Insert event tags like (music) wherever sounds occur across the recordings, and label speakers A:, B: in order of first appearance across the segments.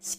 A: し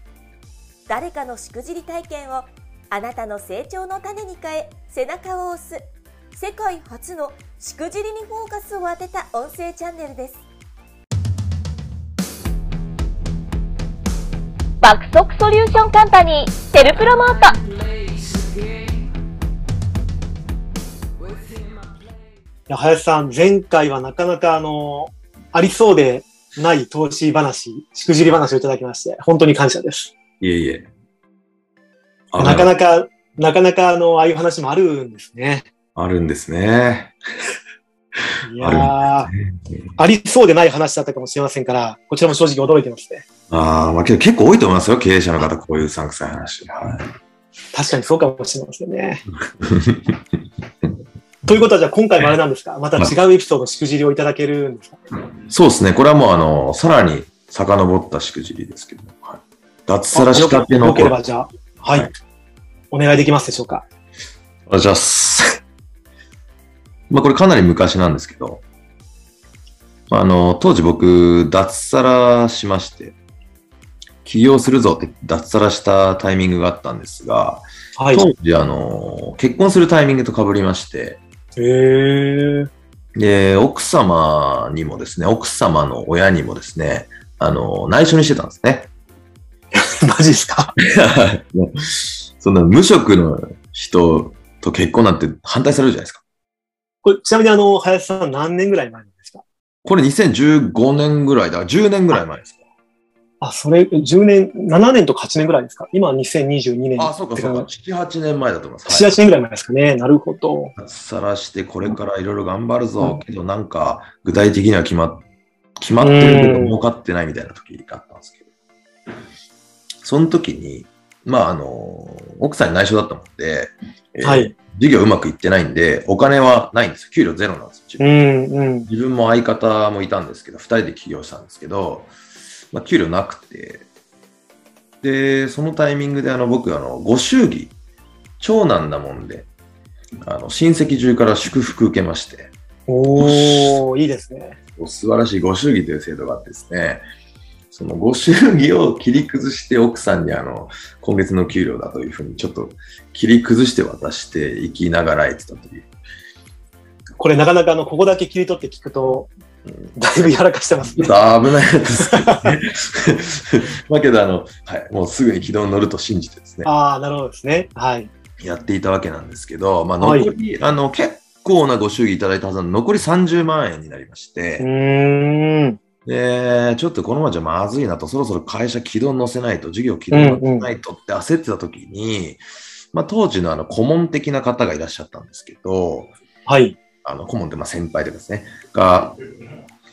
A: 誰かのしくじり体験をあなたの成長の種に変え背中を押す世界初のしくじりにフォーカスを当てた音声チャンネルです爆速ソリューションカンパニーテルプロモート
B: Place a game within my place.
C: いや林さん、前回はなかなかあの、ありそうでない投資話、しくじり話をいただきまして、本当に感謝です。
D: いえいえ。あ
C: なかなか、なかなかあの、ああいう話もあるんですね。
D: あるんですね。
C: いやーありそうでない話だったかもしれませんから、こちらも正直驚いてますね。
D: ああ、まあけど結構多いと思いますよ。経営者の方、こういううさんくさい話。はい
C: 確かにそうかもしれません (laughs) ね。ということはじゃあ今回もあれなんですかまた違うエピソードしくじりをいただけるんですか
D: そうですね。これはもう、あの、さらに遡ったしくじりですけど、はい、脱サラ仕掛け
C: あよ
D: の
C: ければ
D: 頃。
C: よければじゃあ、はい、
D: はい
C: お願いできますでしょうか
D: あじゃあす (laughs) まあ、これかなり昔なんですけど、まあ、あの、当時僕、脱サラしまして、起業するぞって脱サラしたタイミングがあったんですが、
C: はい。
D: 当時、あの、結婚するタイミングと被りまして、
C: へー。
D: で、奥様にもですね、奥様の親にもですね、あの、内緒にしてたんですね。
C: (laughs) マジですか
D: そんな無職の人と結婚なんて反対されるじゃないですか。
C: これ、ちなみにあの、林さん何年ぐらい前なんですか
D: これ2015年ぐらいだ、10年ぐらい前ですか。
C: あ、それ、10年、7年とか8年ぐらいですか今は2022年。
D: あ、そうかそうか。
C: って
D: 7、8年前だと思います。
C: 7、8年ぐらい前ですかね。なるほど。
D: 脱サラしてこれからいろいろ頑張るぞ、けどなんか具体的には決まっ決まってるけど
C: うん
D: 儲かってないみたいな時があったんですけど、その時に、まああの、奥さんに内緒だったもんで、えー
C: はい。
D: 事業うまくいってないんで、お金はないんですよ。給料ゼロなんですよ。自
C: う
D: 分
C: ん、うん。
D: 自分も相方もいたんですけど、2人で起業したんですけど、まあ、給料なくて、で、そのタイミングであの僕、あのご祝儀、長男なもんで、あの親戚中から祝福受けまして、
C: おー、いいですね。
D: 素晴らしいご祝儀という制度があってですね、そのご祝儀を切り崩して奥さんにあの今月の給料だというふうにちょっと切り崩して渡していきながらえてたという。
C: これ、なかなかあの、ここだけ切り取って聞くと、
D: うん
C: だいぶやらかしてます
D: ちょっ
C: ね。
D: と危ないやつですけどね。
C: (laughs)
D: まあけどあの、はい、もうすぐに軌道に乗ると信じてですね、
C: あー、なるほどですね。はい。
D: やっていたわけなんですけど、まあ、
C: はい
D: 残り、あの結構なご祝儀いただいたはずなので残り30万円になりまし
C: う
D: て、
C: ーん。
D: でちょっとこのままじゃまずいなと、そろそろ会社軌道に乗せないと、事業軌道に乗せないとって焦ってた時に、まあ、当時のあの顧問的な方がいらっしゃったんですけど、
C: はい。
D: あの顧問ってまあ先輩とかですね、が、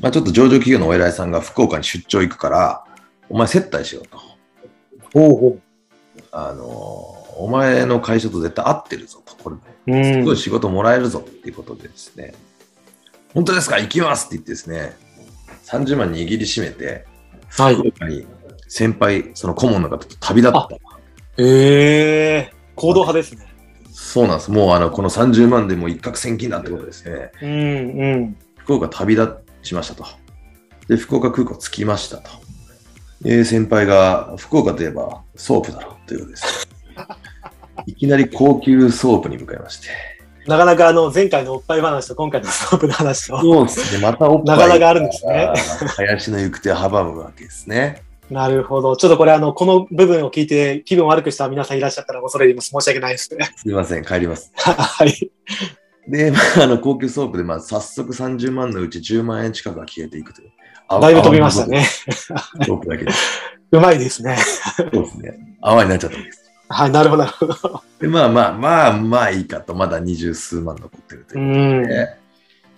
D: まあ、ちょっと上場企業のお偉いさんが福岡に出張行くから、お前接待しようと。
C: ほうほう。
D: あのお前の会社と絶対合ってるぞと。これ
C: うん。
D: すごい仕事もらえるぞっていうことでですね、本当ですか行きますって言ってですね、30万握りしめて、
C: はい
D: 福岡に先輩、その顧問の方と旅立った。
C: えー、行動派ですね。
D: そうなんです。もうあの、この30万でもう一攫千金だってことですね。
C: うん、うん。
D: 福岡旅立ちましたと。で、福岡空港着きましたと。えー先輩が、福岡といえばソープだろうということです。
C: (laughs)
D: いきなり高級ソープに向かいまして。
C: なかなかあの、前回のおっぱい話と今回のストープの話と、
D: そうですね。またおっぱ
C: ないかなかあるんですね
D: あ。ー林の行く手を阻むわけですね。
C: なるほど。ちょっとこれ、あの、この部分を聞いて気分悪くした皆さんいらっしゃったら恐れ入ります。申し訳ないですね。 (laughs)
D: すいません、帰ります。
C: はい。
D: で、まあ、あの高級ソープで、まあ、早速30万のうち10万円近くが消えていくという。
C: だいぶ飛びましたね。
D: 泡。ソープだけで。
C: うまいですね。
D: そうですね。泡になっちゃったわけです。
C: はい、なるほど、なるほど。
D: で、まあまあ、まあまあいいかと、まだ二十数万残ってると
C: う
D: いう。
C: ん。
D: で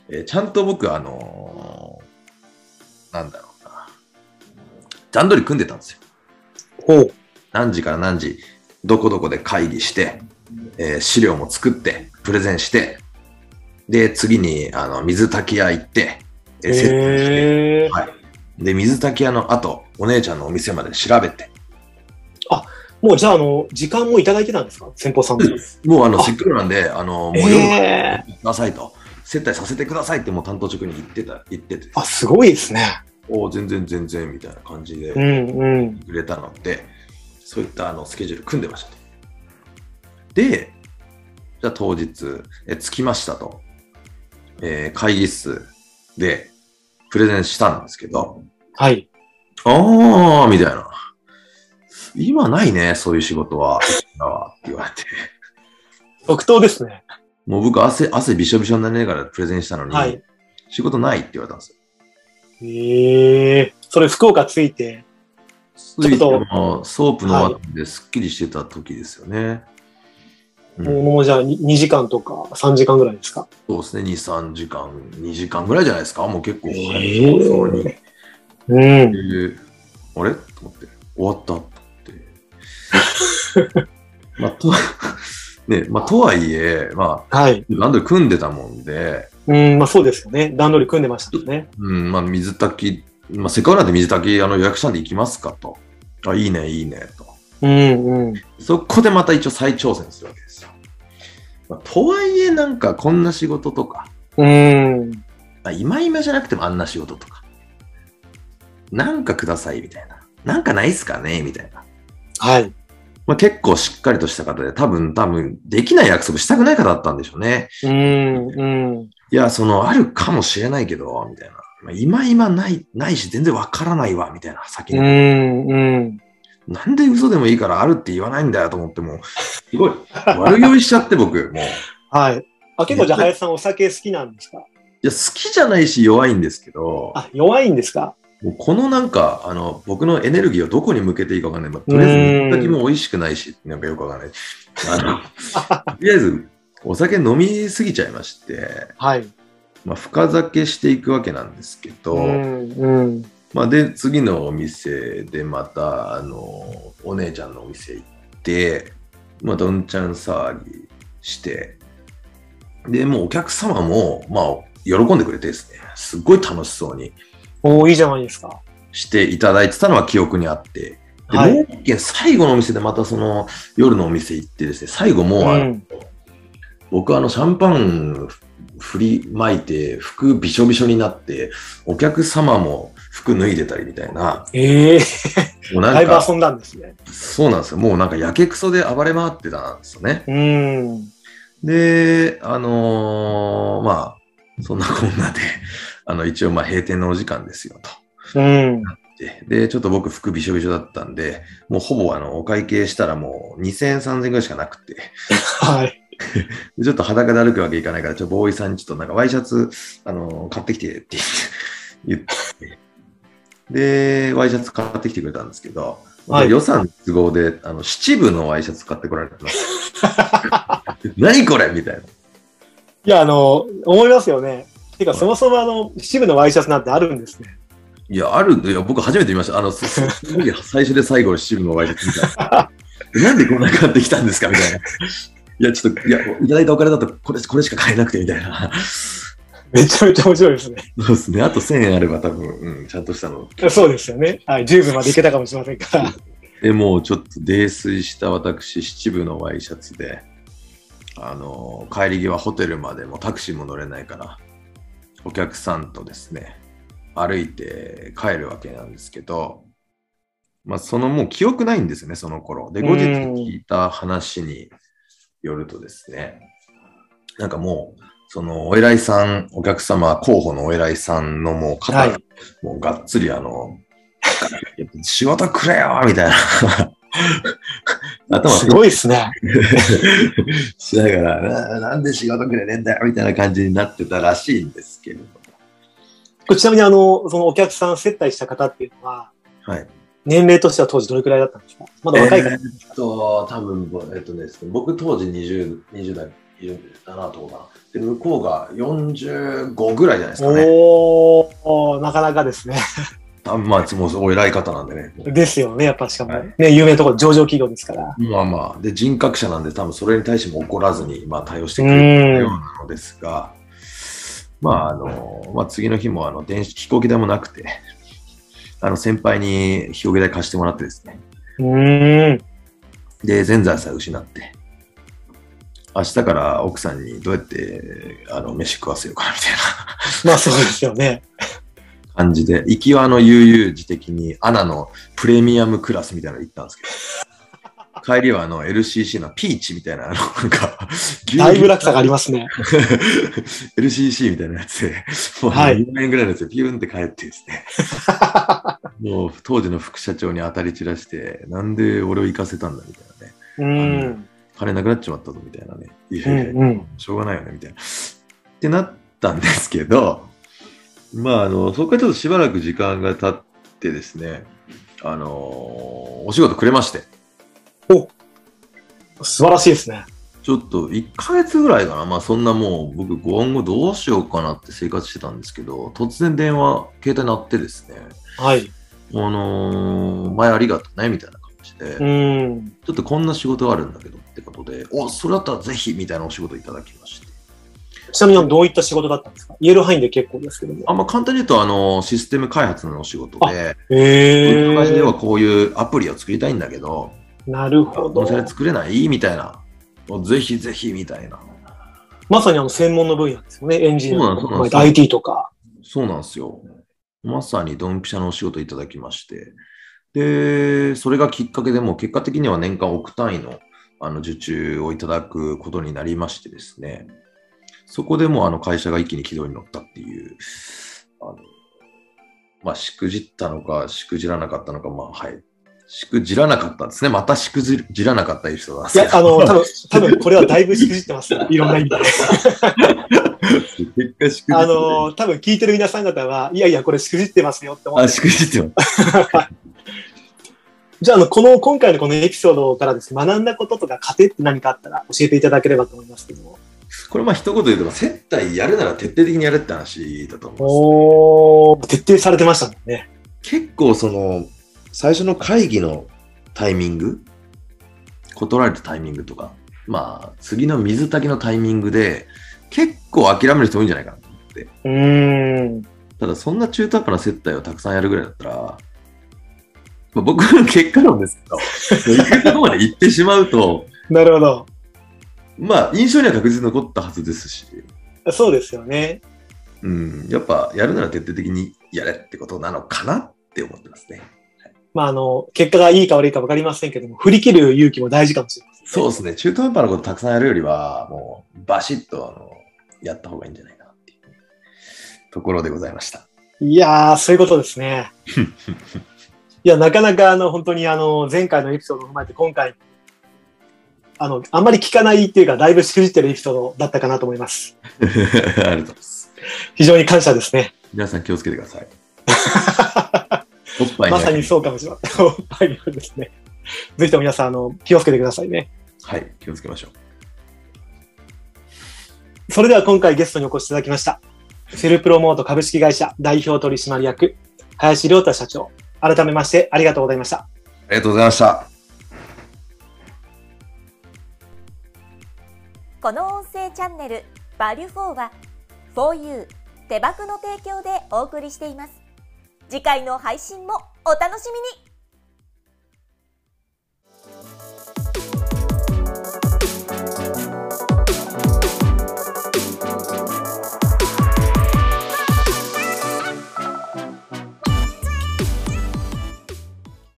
D: えーちゃんと僕、あのーなんだろうな。段取り組んでたんですよ。
C: ほう。
D: 何時から何時、どこどこで会議して、えー資料も作って、プレゼンして、で、次に、あの、水炊き屋行って、えーセットにして、
C: へえ。
D: で、水炊き屋の後、お姉ちゃんのお店まで調べて、
C: もうじゃあ、あの、時間もいただいてたんですか先方さんも。
D: もうあの、
C: あ
D: せっかくなんで、あの、もう夜ま
C: ええ。
D: でくださいと、接待させてくださいってもう担当直に言ってた、言ってて、
C: あ、すごいですね。
D: おお、全然全然みたいな感じで
C: う
D: く
C: んうん。
D: れたので、そういったあのスケジュール組んでましたと。で、じゃあ当日、え着きましたと、えー会議室でプレゼンしたんですけど、
C: はい。
D: ああ、みたいな。今ないね、そういう仕事は。うちらはって言われて。
C: 即答ですね。
D: もう僕汗、汗びしょびしょになりながらプレゼンしたのに、
C: はい
D: 仕事ないって言われたんですよ。
C: ええ。それ、福岡ついて。
D: つい
C: ちょっと
D: のソープの終わってですっきりしてた時ですよね。うん
C: もうじゃあに2時間とか3時間ぐらいですか。
D: そうですね、2、3時間、2時間ぐらいじゃないですか。もう結構、
C: えー
D: そうに。
C: うん。
D: であれと思って、終わったと思 (laughs) って。まあ、と、ね、まあ、とはいえ、まあ、
C: はい。
D: なんで組んでたもんで、
C: うん、まあそうですよね。段取り組んでましたもんね。
D: うん、まあ、水炊き、まあ、せっかくなんで水炊き、あの、予約したんで行きますかと。あ、いいね、いいね、と。
C: うんうん。
D: そこでまた一応再挑戦するわけですよ。まあ、とはいえ、なんか、こんな仕事とか、
C: うん。
D: あ、今今じゃなくてもあんな仕事とか、なんかください、みたいな。なんかないっすかね、みたいな。
C: はい。
D: まあ、結構しっかりとした方で、多分、多分、できない約束したくない方だったんでしょうね。
C: うんうん。
D: いや、その、あるかもしれないけど、みたいな。まあ、今今ない、ないし、全然わからないわ、みたいな。先の
C: うんうん。
D: なんで嘘でもいいからあるって言わないんだよと思ってもう、すごい悪酔いしちゃって僕、もう。い
C: はい。あ結構じゃあ、林さんお酒好きなんですか
D: や、好きじゃないし弱いんですけど、
C: あ、弱いんですか
D: もうこのなんか、あの、僕のエネルギーをどこに向けていいかわかんない。まあ、とりあえず、
C: うん
D: 水炊きも美味しくないし、なんかよくわかんない。あの、と (laughs) りあえず、お酒飲みすぎちゃいまして、
C: はい。
D: まあ、深酒していくわけなんですけど、
C: うんうん。
D: まあ、で、次のお店でまた、あの、お姉ちゃんのお店行って、まあ、どんちゃん騒ぎして、で、もうお客様も、まあ、喜んでくれてですね、すっごい楽しそうに
C: おーいいじゃないですか。
D: していただいてたのは記憶にあって、で、
C: はい
D: もう一軒最後のお店でまたその夜のお店行ってですね、最後もう
C: う
D: あの、
C: ん
D: 僕あのシャンパン振りまいて、服びしょびしょになって、お客様も服脱いでたりみたいな、
C: ええ
D: もうな
C: だ
D: ん
C: いぶ
D: か、
C: 遊んだんですね。
D: そうなんですよ。もうなんかやけくそで暴れ回ってたんですよね。
C: うん。
D: で、あのーまあ、そんなこんなで、あの、一応まあ閉店のお時間ですよと。
C: うん。
D: で、でちょっと僕服びしょびしょだったんで、もうほぼあの、お会計したらもう2000円、3000円ぐらいしかなくて、
C: はい。
D: でちょっと裸で歩くわけいかないから、ちょっとボーイさんにちょっとなんかワイシャツ、あのー買ってきてって言って、 (laughs) 言ってで、ワイシャツ買ってきてくれたんですけど、
C: はい
D: 予算都合で、あの、七部のワイシャツ買ってこられてます。
C: (laughs)
D: 何これみたいな。
C: いや、あの、思いますよね。てか、そもそもあの、七部のワイシャツなんてあるんですね。
D: いや、ある、いや、僕初めて見ました。あの、そそその時最初で最後、七部のワイシャツみた (laughs) いな。なんでこんな買ってきたんですかみたいな。いや、ちょっと、いや、いただいたお金だと、これ、これしか買えなくて、みたいな。 (laughs)
C: めちゃめちゃ面白いですね。
D: そうですね。あと1000円あれば多分、うん、ちゃんとしたの。
C: そうですよね。はい、10部までいけたかもしれませんから。
D: で、もうちょっと泥酔した私、七部のワイシャツで、あの、帰り際ホテルまでもうタクシーも乗れないから、お客さんとですね、歩いて帰るわけなんですけど、まあ、そのもう記憶ないんですよね、その頃。で、後日
C: うん
D: 聞いた話によるとですね、なんかもう、そのお偉いさん、お客様、候補のお偉いさんのもう肩、
C: はい
D: もうがっつりあの、やっぱ仕事くれよみたいな。 (laughs) 頭
C: すごいですね。
D: し (laughs) ながらな、なんで仕事くれねえんだよみたいな感じになってたらしいんですけれども。
C: これちなみにあの、そのお客さん接待した方っていうのは、
D: はい。
C: 年齢としては当時どれくらいだったんですかまだ若い方、
D: えーっと、多分えっとですね、僕当時20、20代いるんだなとかな。で、向こうが45ぐらいじゃないですかね。
C: おー、なかなかですね。 (laughs)
D: あまあ、もうお偉い方なんでね。
C: ですよね、やっぱしかも、
D: は
C: ね、有名なところ、上場企業ですから。
D: まあまあ、で、人格者なんで、多分それに対しても怒らずに、まあ、対応して
C: う。
D: くれるようんなのですが、まあ、あの、まあ、次の日も、あの、電子飛行機代もなくて、あの、先輩に飛行機代貸してもらってですね、
C: うん。
D: で、全財産失って、明日から奥さんにどうやって、あの、飯食わせようかな、みたい
C: まあそうですよね。
D: な感じで、行きはあの、悠々自適に、アナのプレミアムクラスみたいなの行ったんです
C: (laughs)
D: けど、帰りはあの、LCC のピーチみたいな、あの、なんか、
C: だいぶ落差がありますね。
D: (laughs) LCC みたいなやつで、もう
C: はい
D: 4円ぐらいのやつでピューンって帰ってです
C: (laughs)
D: ね、もう当時の副社長に当たり散らして、なんで俺を行かせたんだみたいなね、
C: うん。
D: 金なくなっちまったぞみたいなね、いや
C: う
D: い
C: ん
D: やいや
C: うん。
D: しょうがないよねみたいな。ってなったんですけど、まあ、あの、そこからちょっとしばらく時間が経ってですね、あのお仕事くれまして、
C: 素晴らしいですね。
D: ちょっと1ヶ月ぐらいかな、まあそんなもう僕、今後どうしようかなって生活してたんですけど、突然電話、携帯鳴ってですね、
C: はい。
D: あのー前ありがとうねみたいな感じで、
C: う
D: ち
C: ん。
D: ょっとこんな仕事があるんだけどってことで、おそれだったらぜひみたいなお仕事いただきまして、
C: ちなみにどういった仕事だったんですか言える範囲で結構ですけども。
D: あんまあ簡単に言うと、あのシステム開発のお仕事で、こう
C: へ
D: いう会社では
C: ー。
D: こういうアプリを作りたいんだけど、
C: なる
D: こ
C: ほ
D: の社
C: ど
D: で。作れないみたいな、ぜひぜひみたいな。
C: まさにあの専門の分野ですよね。エンジニアと
D: そう
C: か、
D: なんですそうなんです
C: IT とか。
D: そうなんですよ。まさにドンピシャのお仕事いただきまして、で、それがきっかけでもう結果的には年間億単位のあの受注をいただくことになりましてですね、そこでもうあの会社が一気に軌道に乗ったっていう、あのまあ、しくじったのか、しくじらなかったのか、まあ、はい。しくじらなかったですね。またしくじじらなかったエピソードなんです
C: い
D: け
C: や、 (laughs)
D: ど
C: あ
D: (laughs)
C: の、多分、多分これはだいぶしくじってます (laughs) ね。いろんな意味で。
D: 結果しくじって
C: あの、多分聞いてる皆さん方は、いやいや、これしくじってますよって思っ
D: あ、
C: て。
D: しくじってます。
C: じゃあ、あの、この、今回のこのエピソードからですね、学んだこととか、糧って何かあったら教えていただければと思いますけども。
D: これまあ一言で言うと、接待やるなら徹底的にやれって話だと思います。
C: おー、徹底されてましたもんね。
D: 結構その最初の会議のタイミング断られたタイミングとかまあ次の水炊きのタイミングで結構諦める人多いんじゃないかなと思って
C: うーん。
D: ただそんな中途半端な接待をたくさんやるぐらいだったら、まあ、僕の結果論ですけど行くとこまで行ってしまうと
C: なるほど。
D: まあ印象には確実に残ったはずですし、
C: そうですよね。
D: うん、やっぱやるなら徹底的にやれってことなのかなって思ってますね。
C: まあ、あの、結果がいいか悪いか分かりませんけども、振り切る勇気も大事かもしれませんね、
D: そうですね、中途半端なことたくさんやるよりは、もうバシッとあのやった方がいいんじゃないかなっていうところでございました。
C: いやー、そういうことですね。いや、なかなか、あの、本当に、あの、前回のエピソードを踏まえて、今回、あの、あんまり聞かないっていうか、だいぶしくじってるエピソードだったかなと思います。
D: (laughs) ありがとうございます。
C: 非常に感謝ですね。
D: 皆さん気をつけてくだ (laughs) さい。おっぱい
C: まさに
D: う。
C: そうかもしれません。 (laughs) はい、ですね。ぜひとも皆さん、あの、気をつけてくださいね。
D: はい、気をつけましょう。
C: それでは今回ゲストにお越しいただきました。セルプロモート株式会社代表取締役、林良太社長。改めましてありがとうございました。
D: ありがとうございました。
A: この音声チャンネル「バリュフォーは「4U」手箱の提供でお送りしています次回の配信もお楽しみに